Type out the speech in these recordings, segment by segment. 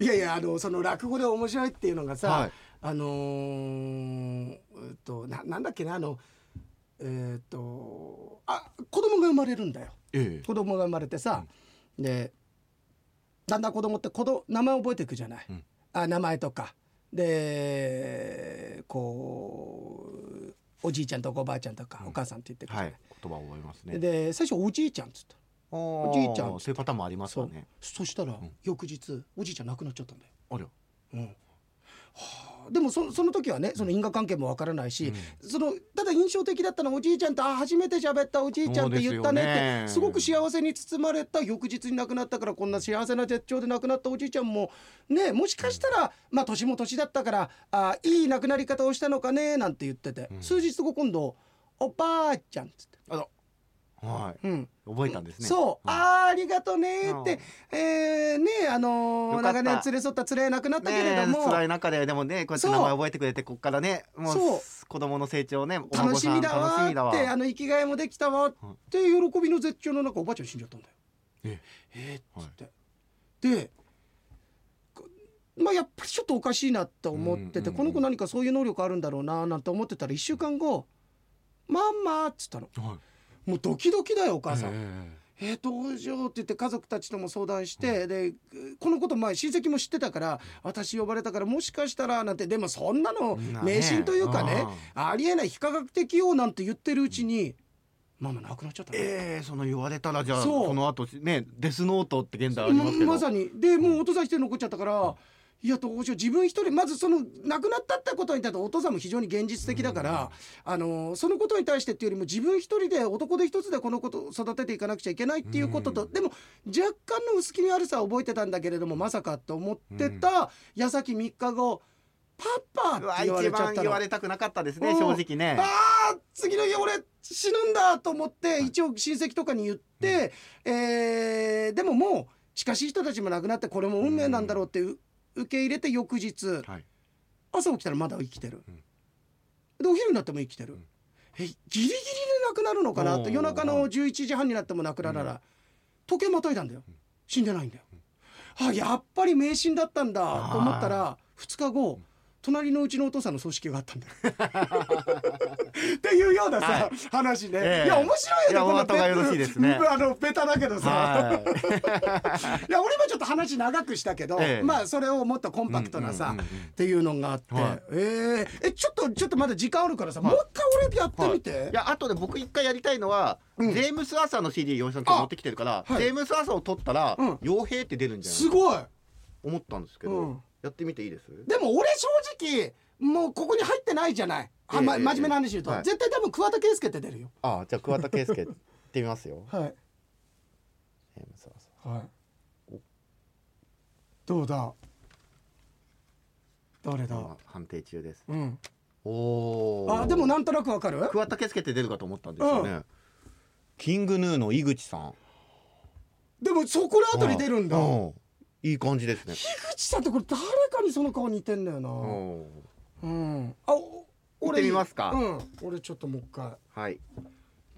いやいやあのその落語で面白いっていうのがさ、はいあのーえっとななんだっけなあのえっとあ子供が生まれるんだよええ子供が生まれてさ、でだんだん子供って子供名前覚えていくじゃない、うんあ名前とかでこうおじいちゃんとかおばあちゃんとか、うんお母さんって言ってくじゃはない、い言葉を覚えますねで最初おじいちゃんっつったおじいちゃんそういうパターンもありますよねそしたら、ん翌日おじいちゃん亡くなっちゃったんだよありゃうんはあでもそその時はねその因果関係もわからないし、そのただ印象的だったのはおじいちゃんと「あ初めて喋ったおじいちゃんって言ったね」ってそうですよねすごく幸せに包まれた翌日に亡くなったからこんな幸せな絶頂で亡くなったおじいちゃんもねもしかしたら、まあ年も年だったからあいい亡くなり方をしたのかねなんて言ってて、ん数日後今度「おばあちゃん」っつって。あらはいうん覚えたんですねそう、はいあーありがとねーって、えー、ねあのーよかった長年連れ添った連れなくなったけれどねえも、辛い中ででもねこうやってそう名前覚えてくれてこっからねもうそう子供の成長ねお楽孫しさんみだわ楽しみだーっわてあの生きがいもできたわーって喜びの絶頂の中おばあちゃん死んじゃったんだよ。ええーっはつっいて、でこまあやっぱりちょっとおかしいなって思ってて、うんうんうんこの子何かそういう能力あるんだろうなーなんて思ってたら1週間後「ママ」っつったのはいもうドキドキだよお母さん。ええー、どうしようって言って家族たちとも相談して、でこのこと前親戚も知ってたから私呼ばれたからもしかしたらなんてでもそんなのんなね迷信というかねありえない非科学的よなんて言ってるうちに、ママ亡くなっちゃったの、ええその言われたらじゃあそうこの後ねデスノートって現代ありますけどままさにでもうお父さん一人残っちゃったから、いやどうしよう自分一人まずその亡くなったってことに対してお父さんも非常に現実的だから、あのそのことに対してっていうよりも自分一人で男で一つでこのことを育てていかなくちゃいけないっていうことと、うんでも若干の薄気味悪さは覚えてたんだけれどもまさかと思ってた矢先3日後「パうパ!」っわて言わ一れちゃ番った言のわ。れたくなかったですねうん正直ねああ次の日俺死ぬんだと思って一応親戚とかに言って、えーでももう近しい人たちも亡くなってこれも運命なんだろうってう受け入れて翌日はい朝起きたらまだ生きてる、うんでお昼になっても生きてる、んえギリギリで亡くなるのかなとおー夜中の11時半になっても亡くならない、時計またいだんだよ死んでないんだよ、あやっぱり迷信だったんだと思ったら2日後隣のうちのお父さんの葬式があったんだよ。 っていうようなさ、は話ね、ええいや面白いいやよねお後がよろしいで すねあのベタだけどさ、はいいや俺もちょっと話長くしたけど、ええまあそれをもっとコンパクトなさ、うんうんうんうんっていうのがあって、はいえーえちょっとちょっとまだ時間あるからさ、もう一回俺やってみて、いやあとで僕一回やりたいのは、ジェームス・アーサーの CD 洋平さん今日持ってきてるから、あはいジェームス・アーサーを取ったらうん洋、平って出るんじゃないすごい思ったんですけど、うんやってみていいですでも俺正直もうここに入ってないじゃない、あまええ真面目な話言うと、はい絶対多分桑田佳祐って出るよああじゃあ桑田佳祐行ってみます よはいジェームス・アーサーはいどうだ誰だ今判定中ですうんおーあでもなんとなくわかる桑田佳祐って出るかと思ったんですよね、キングヌーの井口さんでもそこら辺り出るんだう樋んいい感じですね口さんってこれ誰かにその顔似てんだよなおーうんあお俺いい行ってみますかうん俺ちょっともう一回はい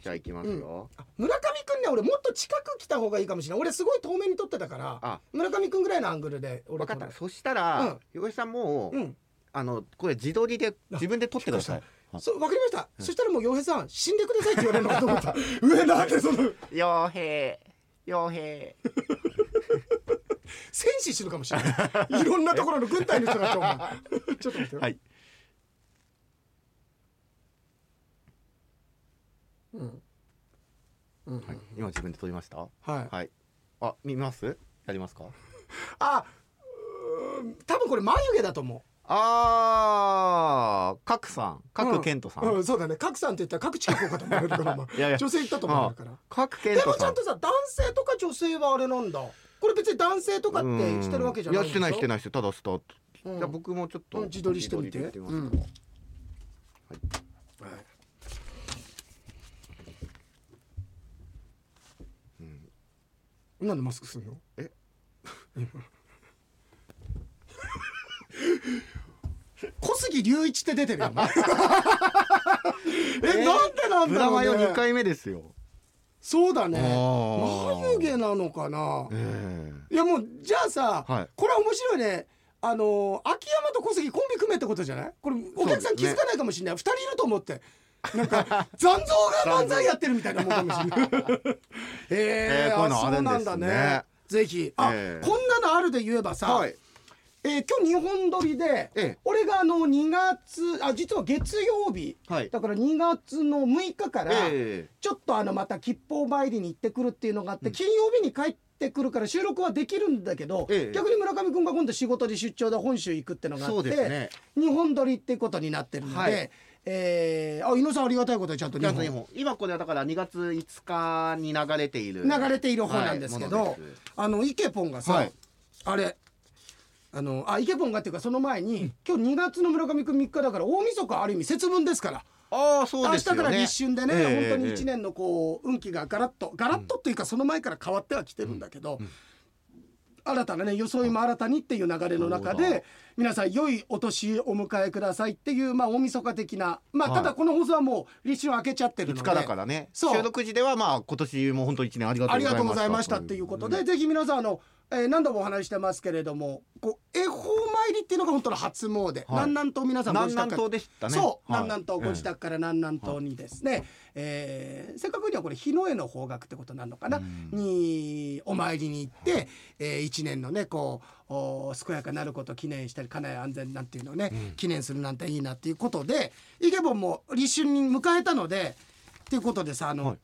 じゃあ行きますよ、村上くんね俺もっと近く来た方がいいかもしれない俺すごい遠目に撮ってたからあ村上くんぐらいのアングルで俺撮分かるったそしたら、洋平さんもう、うんあのこれ自撮りで自分で撮ってくださいそうわかりました、そしたらもう洋平さん死んでくださいって言われるのかと思った 上なんでその傭兵傭兵戦死してるかもしれないいろんなところの軍隊の人がちょお前 ちょっと待ってよ、はいうんうんはい今自分で撮りましたはい、はいあ見ますやりますかあうーん多分これ眉毛だと思うあー角さん角健人さん、うん、そうだね角さんって言ったら角近子かと思われるからお前いやいや女性行ったと思われるから角健で人もちさゃんんとさ男性とか女性はあれなんだこれ別に男性とかってしてるわけじゃないうんやしてないしてない、ないしてただスタート、うんじゃあ僕もちょっとうん自撮りしてみて自撮りで行ってみますはいはいなんでマスクするのえ小杉隆一って出 てるよお前え、なんでなんだブラろマヨう、ね2、回目ですよそうだねあー眉毛なのかなえいやもうじゃあさ、はいこれは面白いねあのー秋山と小杉コンビ組めってことじゃないこれお客さん気づかないかもしれない、二人いると思ってなん か残像が漫才やってるみたいなもんかもしれないええーーこういうのああそるうんなでんすねだねぜひあ、えーこんなのあるで言えばえさ、はいえー今日日本撮りで、ええ俺があの2月あ実は月曜日はいだから2月の6日から、えちょっとあのまた吉報参りに行ってくるっていうのがあって、金曜日に帰ってくるから収録はできるんだけど、ええ逆に村上君が今度仕事で出張で本州行くってのえがあそっうて、ですね日本撮りってことになってるので、はいえーあ井野さんありがたいことでちゃんと日じゃあ本日本今これはだから2月5日に流れている流れている方なんですけど、はいものですあのイケポンがさ、はいあれあのあイケポンがっていうかその前に、今日2月の村上君3日だから大晦日ある意味節分ですから。ああそう明で日すかよねら立春でね、え本え当にええ1年のこう運気がガラッとガラッとというかその前から変わってはきてるんだけど、新たなね装いも新たにっていう流れの中なるほで皆さん良いお年をお迎えくださいっていうまあ大晦日的なまあはいただこの放送はもう立春明けちゃってるの5で、日だからねそう収録時ではまあ今年も本当一年ありがありがとうございましたっていうことで、ぜひ皆さんあの、えー何度もお話ししてますけれどもこう恵方参りっていうのが本当の初詣、南南東皆さんご南自宅南から東でしたねそう、はい南南東ご自宅から南南東にですね、えーせっかくにはこれ日の絵の方角ってことになるのかな、にお参りに行って、えー、一年のねこうお健やかなることを記念したり家内安全なんていうのをね、記念するなんていいなっていうことでイケボンも立春に迎えたのでっていうことでさあの、はい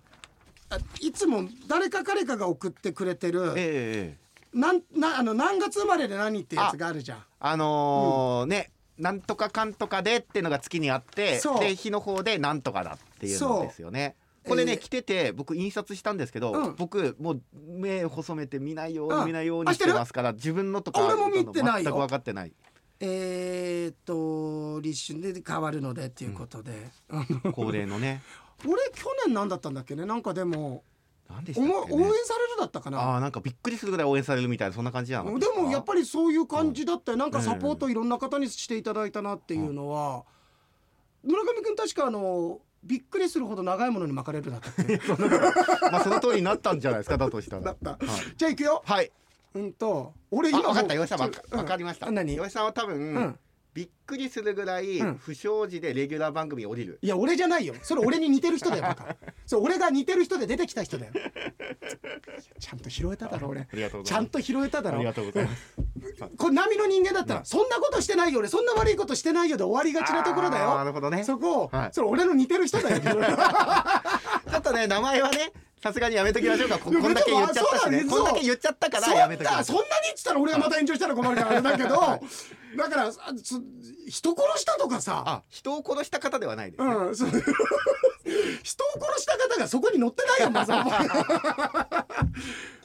あい、つも誰か彼かが送ってくれてる、ええええなんなあの何月生まれで何ってやつがあるじゃん。あのーねなんとかかんとかでっていうのが月にあってそうで日の方でなんとかだっていうのですよねそうこれね、えー来てて僕印刷したんですけど、うん僕もう目細めて見ないように、うん見ないようあにししててるますから自分のとか俺も見てないよ全く分かってないえー、っと立春で変わるのでっていうことで、あの恒例のね俺去年なんだったんだっけねなんかでも何でしおたっもけ、応援ね、されるだったかあなあなんかびっくりするぐらい応援されるみたいなそんな感じなのでもやっぱりそういう感じだったよなんかサポートういろんな方にしていただいたなっていうのは、村上君確かあのびっくりするほど長いものに巻かれるだったっけまあその通りになったんじゃないですか だとしただらっ。たはいじゃあ行くよはい。うんと俺あ今もう分かった。よしさんわちょっかとわかりました。うん何よしさんは多分、うんびっくりするぐらいうん不祥事でレギュラー番組降りる。いや俺じゃないよそれ俺に似てる人だよバ カそれ俺が似てる人で出てきた人だよちゃんと拾えただろ俺ありがとうごちざゃんいます。と拾えただありろがとうございます。これ波の人間だったら、そんなことしてないよ俺そんな悪いことしてないよで終わりがちなところだあーなよるほどね。ちそこを、はいそれ俺の似てる人 だよょっとね名前はねさすがにやめとき ましょうか。ここんだけ言っちゃったしいやね。別にこんだけ言っちゃったからやめとそきんまなしそょんう。なに言ってたら俺がまた炎上したら困るからあれだけど、だからあそ人殺したとかさあ人を殺した方ではないですね。うん、そう 人を殺した方がそこに乗ってないよまさ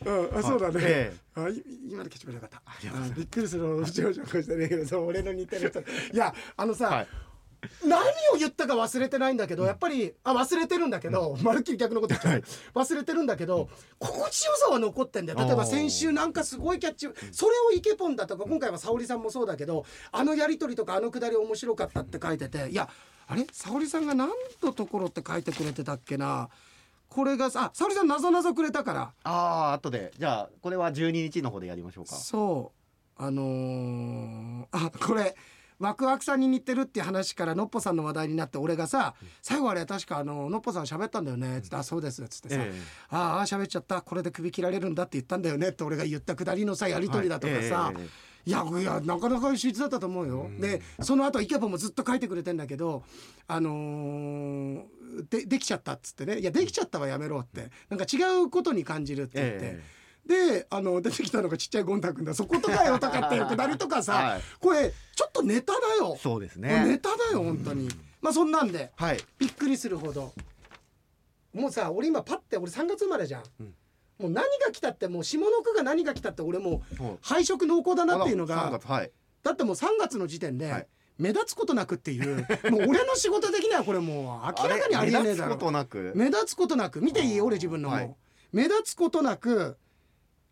うんあそうだね、ええあい今だけ決めなかったあびっくりするほど不調症してねそう俺の似てる人いやあのさ、はい何を言ったか忘れてないんだけど、やっぱりあ忘れてるんだけど、まるっきり逆のこと言っちゃう忘れてるんだけど、心地よさは残ってんだよ例えばおー先週なんかすごいキャッチそれをイケポンだとか今回は沙織さんもそうだけどあのやり取りとかあのくだり面白かったって書いてていやあれ沙織さんが何のところって書いてくれてたっけなこれがさあ沙織さんなぞなぞくれたからああ後でじゃあこれは12日の方でやりましょうか。そうあのーあこれワクワクさんに似てるっていう話からのっぽさんの話題になって俺がさ最後あれ確かあののっぽさん喋ったんだよねつって「あそうです」つってさ「ええああ喋っちゃったこれで首切られるんだ」って言ったんだよねって俺が言ったくだりのさやり取りだとかさ、はいええええいやいやなかなか秀逸だったと思うよ、でその後イケポもずっと書いてくれてんだけどあのーでできちゃったっつってね「いやできちゃったはやめろ」ってなんか違うことに感じるって言って、えであの出てきたのがちっちゃいゴン太君だそことかよとかっていうくだりとかさ、 はいこれちょっとネタだよ、そうですもうネね。タだよ本当に、まあそんなんではい。びっくりするほどもうさ俺今パッて俺3月生まれじゃん、んもう何が来たってもう下の句が何が来たって俺もうはい配色濃厚だなっていうのあらが三月はい。だってもう3月の時点で、はい目立つことなくっていうもう俺の仕事的にはこれもう明らかにありえねえだ目立つころとなく。目立つことなく見ていいあー俺自分のも、はい目立つことなく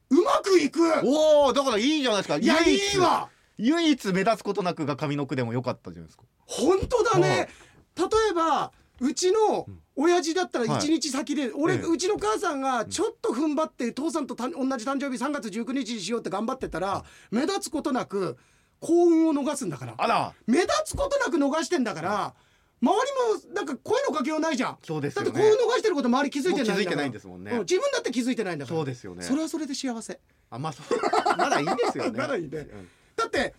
うまくいくおおだからいいじゃないですかいや唯一いいわ唯一目立つことなくが上の句でも良かったじゃないですか本当だね例えばうちの親父だったらはい1日先で、俺、ええうちの母さんがちょっと踏ん張って父さんとた同じ誕生日3月19日にしようって頑張ってたら目立つことなく幸運を逃すんだからあら目立つことなく逃してんだから周りもなんか声のかけようないじゃんそうですだよっねて幸運逃してること周り気づいてないんだからもう気づいてないんですもんねう自分だって気づいてないんだからそうですよねそれはそれで幸せあまあそう まだいいですよねまだいいねうんだって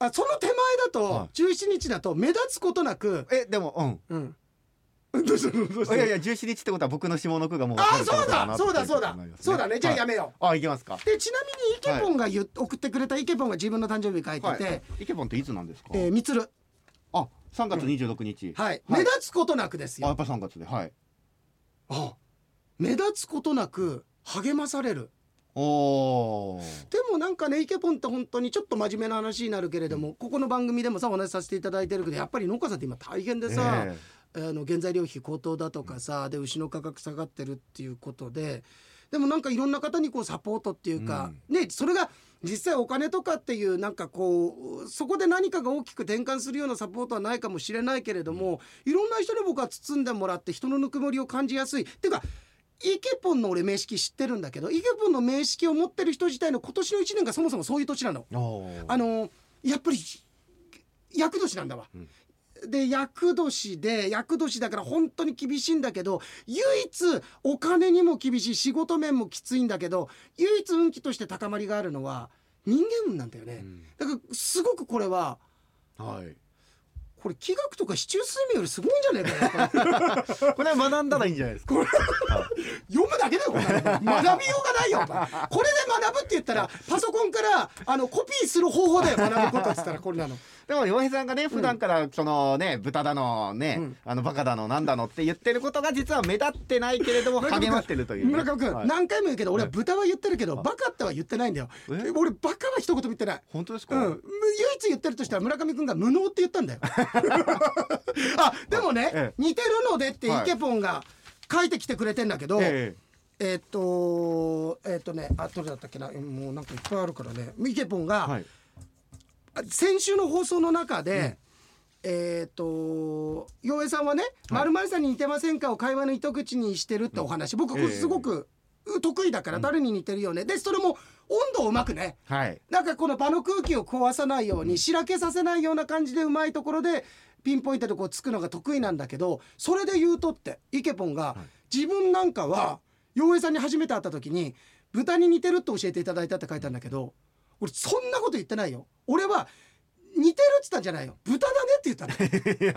あその手前だはとい17日だと目立つことなく、えでもうんうんどうしたのどうしたいのやいや17日ってことは僕の下の句がもうああそうだ分そうかるだそってうことにだなりますそうだねじゃあやはいめよあいけますかう、でちなみにイケポンが言う送ってくれたイケポンが自分の誕生日書いてて、い、イケボンっていつなんですか、えーみつるあ3月26日、はい、目目立立つことなくですあやよっぱ3月ではいあ目立つことなく励まされるおーでもなんかねイケポンって本当にちょっと真面目な話になるけれども、ここの番組でもさお話しさせていただいてるけどやっぱり農家さんって今大変でさ、えあの原材料費高騰だとかさ、で牛の価格下がってるっていうことででもなんかいろんな方にこうサポートっていうか、ね、それが実際お金とかっていうなんかこうそこで何かが大きく転換するようなサポートはないかもしれないけれども、いろんな人に僕は包んでもらって人のぬくもりを感じやすいっていうかイケポンの俺名式知ってるんだけどイケポンの名式を持ってる人自体の今年の1年がそもそもそういう年なの。えおーあのやっぱり厄年なんだわ。で厄年で厄年だから本当に厳しいんだけど唯一お金にも厳しい仕事面もきついんだけど唯一運気として高まりがあるのは人間運なんだよね、んだからすごくこれははいこれ気学とか市中睡眠よりすごいんじゃないかなこれは学んだらいいんじゃないですか読むだけだよこれ学びようがないよお前これで学ぶって言ったらパソコンからあのコピーする方法で学ぶことっつったらこれなの。でも洋平さんがね普段からそのね豚だのね、うんあのバカだのなんだのって言ってることが実は目立ってないけれども村上君励まってるという、ね、村上君、はい何回も言うけど俺は豚は言ってるけど、いバカっては言ってないんだよえ俺バカは一言も言ってない本当ですか、うん、む唯一言ってるとしたら村上君が無能って言ったんだ よあでもね、ええ似てるのでってイはいケポンが書いてきてくれてんだけど、ええーっとえーっとねあどれだったっけなもうなんかいっぱいあるからねイケポンえが、はい先週の放送の中で、えっ、と洋平さんはね「まるまるさんに似てませんか?」を会話の糸口にしてるってお話、僕これええすごく得意だから誰に似てるよね、でそれも温度をうまくね はいなんかこの場の空気を壊さないようにしらけさせないような感じでうまいところでピンポイントでこうつくのが得意なんだけどそれで言うとってイケポンが自分なんかは洋平さんに初めて会った時に「豚に似てる」って教えていただいたって書いたんだけど俺そんなこと言ってないよ。俺は似てるって言ったんじゃないよ豚だねって言った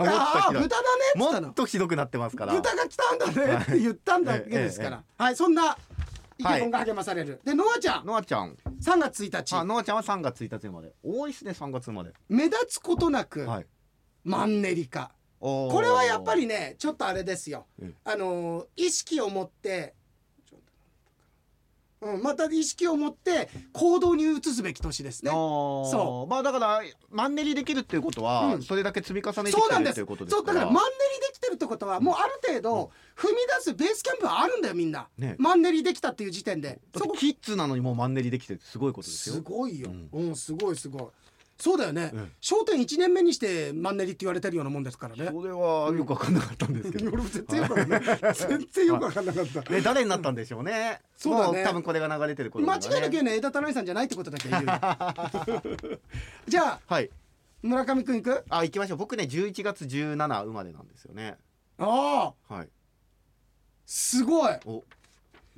のああ豚だいやもっとひどねいって言ったもっのとひどくなってますから豚が来たんだねって言ったんだけですから、ははいそんなイケポンが励まされる、でノアちゃんノアちゃん3月1日あノアちゃんは3月1日生まで多いですね3月生まで目立つことなく、はいマンネリ化ここれはやっぱりねちょっとあれですよ、うんあのー意識を持って、うん、また意識を持って行動に移すべき年ですねそそうまあだからマンネリできるっていうことは、うんそれだけ積み重ねてそうきなてんるでってすいうことですそうだからマンネリできてるってことはもうある程度踏み出すベースキャンプはあるんだよみんな、ねマンネリできたっていう時点でだってキッズなのにもうマンネリできてるってすごいことですよすごいよ、うんうんすごいすごいそうだよねうん『笑点』1年目にしてマンネリって言われてるようなもんですからねそれはよくわかんなかったんですけ俺ど、 も全然よくわかんない全然よくわかんなかった ね、誰になったんでしょうね、そうだねも多分これが流れてる頃に間は違ねいなく言うのは枝田成さんじゃないってことだけ言うよ じゃあはい村上くんいくあ行きましょう僕ね11月17生まれなんですよねああはいすごいお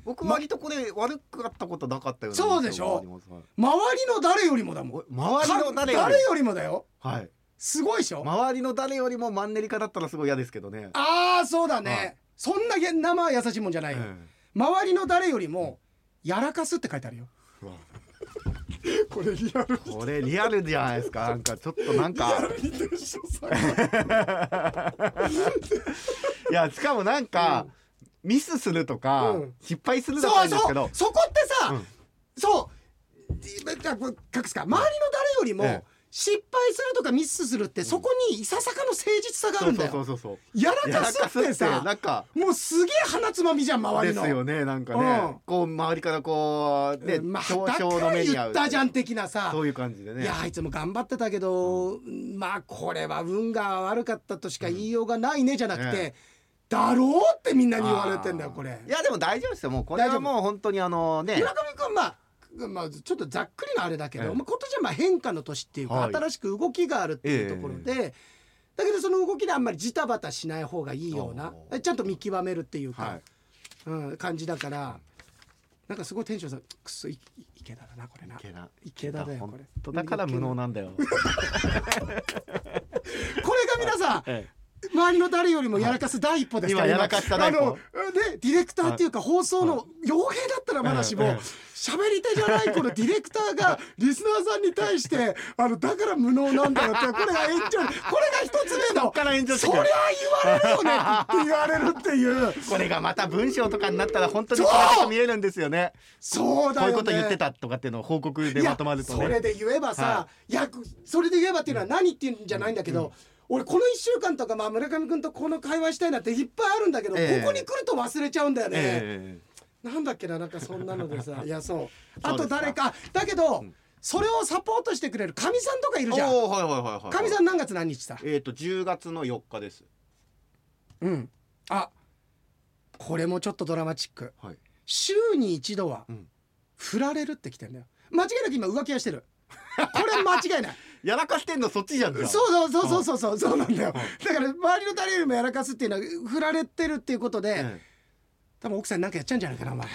僕割とこれ悪かったことなかったようなそうでしょ印象がありますはい周りの誰よりもだもんお周りの誰よりか誰よりもだよはいすごいでしょ、周りの誰よりもマンネリ化だったらすごい嫌ですけどねああそうだね、はいそんなげ生は優しいもんじゃないよ、え周りの誰よりもやらかすって書いてあるよえうわこれリアルこれリアルじゃないですかなんかちょっとなんかにてる人さいやしかもなんか、ミスするとか、うん失敗するだったそんうですそけどうそこってさ、うんそうか隠すか周りの誰よりも、ええ失敗するとかミスするってそこにいささかの誠実さがあるんだよそうそうそうそうやらかすってやらかさなんかもうすげえ鼻つまみじゃん周でりのすよねなんかね、うんこう周りからこうね、まあ、表だ彰かのら目に合言うったじゃん的なさそういう感じでねいやあいつも頑張ってたけど、まあこれは運が悪かったとしか言いようがないねじゃなくて、えだろうってみんなに言われてんだよあーこれいやでも大丈夫ですよもうこれ大丈は夫もう本当にあのね村上君まあくまあ、ちょっとざっくりのあれだけど、ええまあ、今年はまあ変化の年っていうか、はい新しく動きがあるっていうところで、だけどその動きであんまりジタバタしない方がいいようなおーちゃんと見極めるっていうか、はいうん、感じだからなんかすごいテンションさくそいい池田だなこれな池田池田だよこれとだから無能なんだよ。これが皆さんえ周りの誰よりもやらかす第一歩ですから今やらかした第一歩あのでディレクターっていうか放送の傭兵だったらまだしもええ喋り手じゃないこのディレクタ ーがリスナーさんに対してあのだから無能なんだよってこれが延長これが一つ目のっから延長してそくりゃる言われるよねって言われるっていうこれがまた文章とかになったら本当にそうこれが見えるんですよねそうだこうよいねうこと言ってたとかっていうのを報告でまとまるといやそれね。で言えばさ、い、やそれで言えばっていうのは何っていうんじゃないんだけど、俺この1週間とか、まあ、村上君とこの会話したいなっていっぱいあるんだけど、ええここに来ると忘れちゃうんだよね、えなんだっけななんかそんなのでさいやそうあそうとですか誰かだけど、それをサポートしてくれるかみさんとかいえるじゃんおおはいはいはいはいかみさん何月何日さえっ、と10月の4日ですうんあこれもちょっとドラマチックはい週に一度はうん振られるってきてんだよ間違いなく今浮気はしてるこれ間違いないやらかしてんのそっちじゃんじゃあそうそうそうそうそうそうそうなんだよだから周りの誰よりもやらかすっていうのは振られてるっていうことで、ええ多分奥さんなんかやっちゃうんじゃないかなお前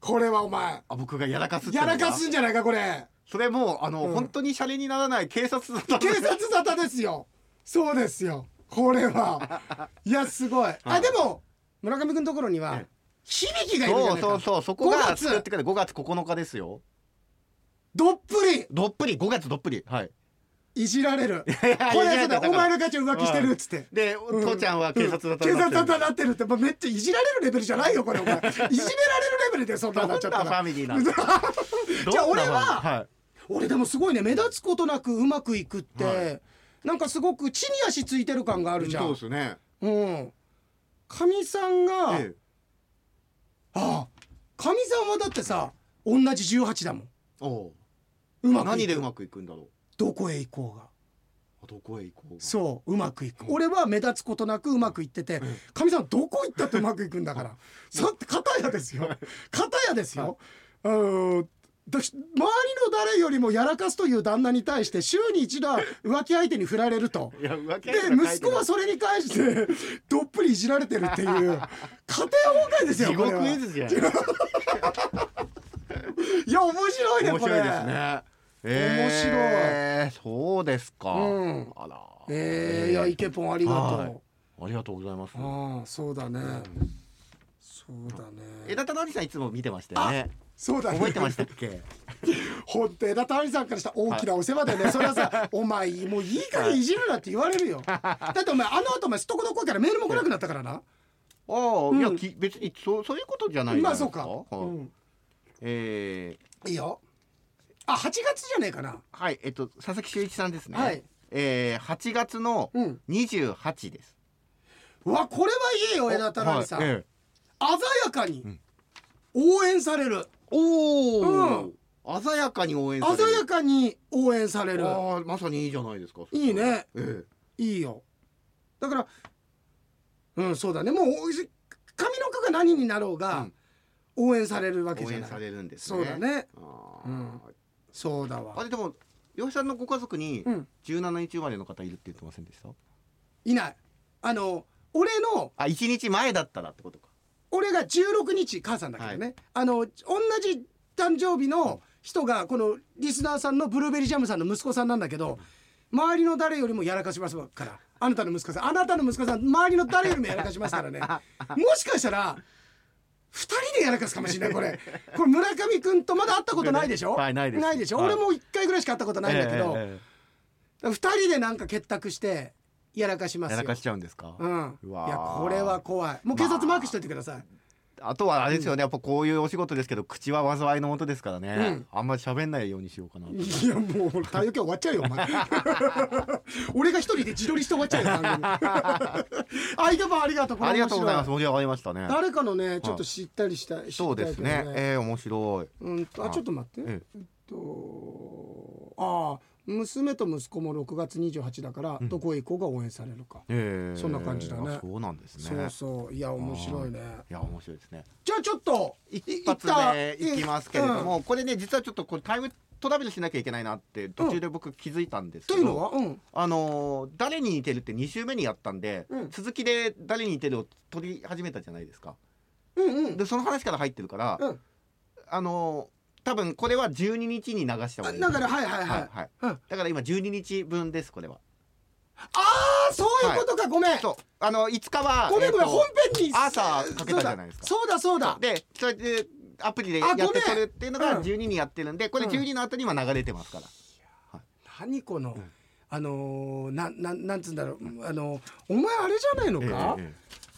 これはお前あ僕がやらかすってのやがらかすんじゃないかこれそれもうあの、うん本当にシャレにならない警察だった警察沙汰ですよそうですよこれはいやすごいあでも村上君のところにはええ響きがいるじゃそうないかそうそうそこが5月作ってくれ5月9日ですよどっぷりどっぷり5月どっぷりはいいじられるいやいやこれいやそうだだからお前の母ちゃん浮気してるっつってで、うん父ちゃんは警察だったうん警察だ沙汰になってるってもうめっちゃいじられるレベルじゃないよこれお前いじめられるレベルでそんなどになっんなフちゃったらァミリーなんだじゃあ俺はどんなファミリーはい 俺でもすごいね目立つことなくうまくいくって、はなんかすごく地に足ついてる感があるじゃんすね。うんかみさんが、ええああかみさんはだってさ同じ18だもんおううまくいく何でうまくいくんだろどこへ行こうがう。どこへ行こう。そううまくいく俺は目立つことなくうまくいっててかみさんどこ行ったってうまくいくんだからさって片やですよ片やですよあのだ周りの誰よりもやらかすという旦那に対して週に一度は浮気相手に振られると。いや、浮気で相手が書いてない息子はそれに関して どっぷりいじられてるっていう家庭崩壊ですよ地これ獄は絵図じゃん。面 いや面白いねこれ白いですね。えーそうですか。うんあら。えー、いやイケポンありがとう、はいありがとうございます。ああそうだね、そうだね枝田のりさんいつも見てましたよね。そうだね 覚えてましたっけ。 ほんと枝田兄さんからしたら大きなお世話だよね、 それはさ「お前もういい加減いじるな」って言われるよだってお前あの後お前すっとこどこいからメールも来なくなったからなああ、いや、うんき、別に、そう、そういうことじゃないんじゃまあないでそすうか。か、はいうん、えーいいよあ8月じゃねえかなはい、えっと、佐々木修一さんですね。はいえー8月のうん28です。うわこれはいいよ枝田兄さん、はいええ鮮やかに応援されるおお、鮮やかに応援される鮮やかに応援されるああまさにいいじゃないですかいいねえいいよだからうんそうだねもうお上の句が何になろうが、応援されるわえけ応じゃ援ないされるんですそうねだねあー、うんそうだあわれでも洋平さんのご家族にうん17日生まれの方いるって言ってませんでした、いないあの俺のあ一日前だったらってことか俺が16日母さんだけどね、あの同じ誕生日の人がこのリスナーさんのブルーベリージャムさんの息子さんなんだけど周りの誰よりもやらかしますからあなたの息子さんあなたの息子さん周りの誰よりもやらかしますか らねもしかしたら2人でやらかすかもしれないこれ これ村上君とまだ会ったことないでしょ、はいないですないでしょ、はい俺も1回ぐらいしか会ったことないんだけど、えええ2人でなんか結託してやらかしまえすやよらかしちゃうんですか、うん、いうわーやこれは怖いもう警察マークしといてください、あとはあれですよねやっぱこういうお仕事ですけど口は災いのもとですからね、うんあんまり喋んないようにしようかなといやもう太陽系終わっちゃうよお 前俺が一人で自撮りして終わっちゃうよ番組あいけばありがとうこれありがとうございます面盛り上がりましたね白い誰かのねちょっと知ったりしたいそうで知すねりたいけどええ面白いうんとあちょっと待ってええっとああ娘と息子も6月28だから、うんどこへ行こうが応援されるか、ええそんな感じだねあそうなんですねそうそういや面白いねいや面白いですねじゃあちょっと一発でいきますけれど、も、これね実はちょっとこれタイムトラベルしなきゃいけないなって途中で僕気づいたんです一け旦うど、んというのはうんあのー誰に似てるって2週目にやったんで、うん続きで誰に似てるを取り始めたじゃないですかうんうんでその話から入ってるから、うんあのー多分これは12日に流した方があいいだからはいはいはい、はいはいうん、あだから今12日分ですこれはあそういうことか、ごめんそうあの5日はごめんごめん、えーと本編に朝かけたじゃないですかそうだそうだそうだでそれでアプリでやあってごめんそれっていうのうがん12にやってるんで、これうん12の後に今流れてますから、何この、うんあのー、なんなんなんつうんだろうあのー、お前あれじゃないのか、えええ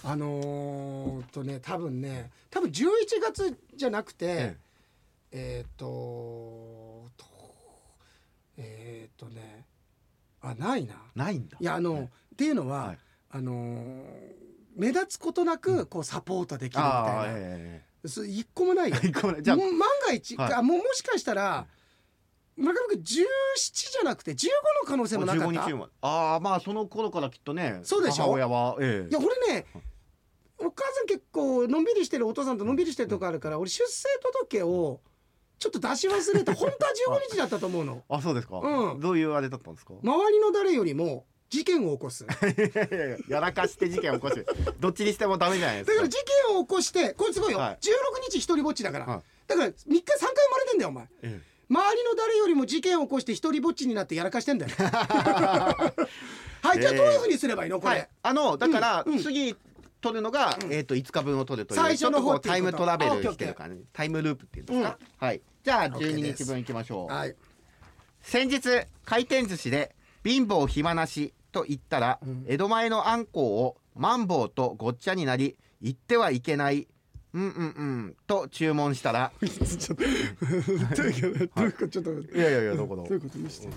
えあのー、とね多分ね多分11月じゃなくて、ええーっととえーっとねあないなないんだいやあの、はいっていうのは、はいあのー目立つことなくこうサポートできるみああたいな、えそ一個もないよえええごめんじゃあもう万が一、はいあもうもしかしたら村上君17じゃなくて15の可能性もなか15った日までああまあその頃からきっとねそうでしょ母親はえいえや俺ねお母さん結構のんびりしてるお父さんとのんびりしてるとこあるから俺出生届をちょっと出し忘 れた本当は15日だったと思うのあそうですか、うんどういうあれだったん ですか周りの誰よりも事件を起こ すだかいやいやいややらかして事件起こす どっちにしてもダメじゃないですらか事件を起こしてこれすごいよ、はい16日一人ぼっちだから、はいだから3日3回生まれてんだよお前え周りの誰よりも事件を起こして一人ぼっちになってやらかしてん だよはいじゃあえーどういうふうにすればいいのえこれ、はいあのだから、うんうん次取るのが、えっ、と5日分を取るという最初の方ちょっとこうタイムトラベあオッルケーしてる感じタイムループっていうんですか、はいじゃあオッケー12です日分いきましょうはい先日回転寿司で貧乏暇なしと言ったら、うん江戸前のあんこうをマンボウとごっちゃになり言ってはいけないうんうんうんと注文し たらちょっとどういう ことどういうことちょっといやいやいやどこ どういうことにしてる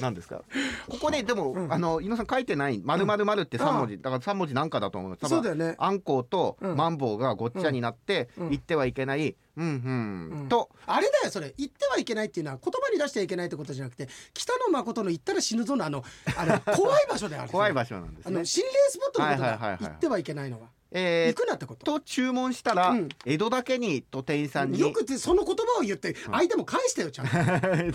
なんですかここねでも、あの井野さん書いてない「まるまるまるって3文字、だから3文字なんかだと思うんですそうだよねあんこうとうんマンボウがごっちゃになって、うん言ってはいけない「うんうん」うんとあれだよそれ言ってはいけないっていうのは言葉に出してはいけないってことじゃなくて北野誠の言ったら死ぬぞのあのあ の怖い場所である怖い場所なんですあのね。心霊スポットのことはいはいはいはだ言いってはいけないのはえ行ーくなってことと注文したら、うん江戸だけにと店員さんによくてその言葉を言って相手も返してよちゃんと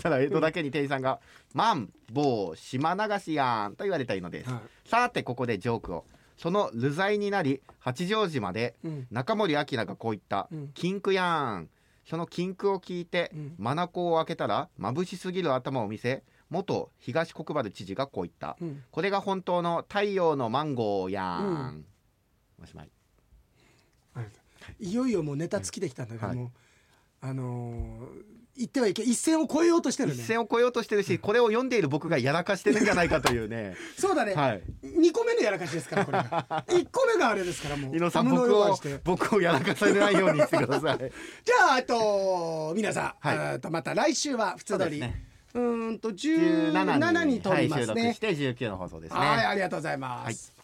ただ江戸だけに店員さんが「マンボウ島流しやん」と言われたいのです、はさてここでジョークをその流罪になり八丈島でうん中森明菜がこう言ったうん「禁句やん」その禁句を聞いてうん眼を開けたら眩しすぎる頭を見せ元東国原知事がこう言ったうん「これが本当の太陽のマンゴーやん」おしまいいよいよもうネタ尽きてきたんだけど、はいもうあのー言ってはいけ一線を越えようとしてる一ね線を越えようとしてるしこれを読んでいる僕がやらかしてるんじゃないかという ねそうだね、はい二個目のやらかしですからこれが 一個目があれですからもう井野さんタムの僕弱をして僕をやらかされないようにしてくださ いじゃあ、えっと、皆さん、はいえーっと、また来週は普通通り。う,、そうですねーんと、17に撮りますはい、収ね録し。て19の放送ですねはい、ありがとうございます。はい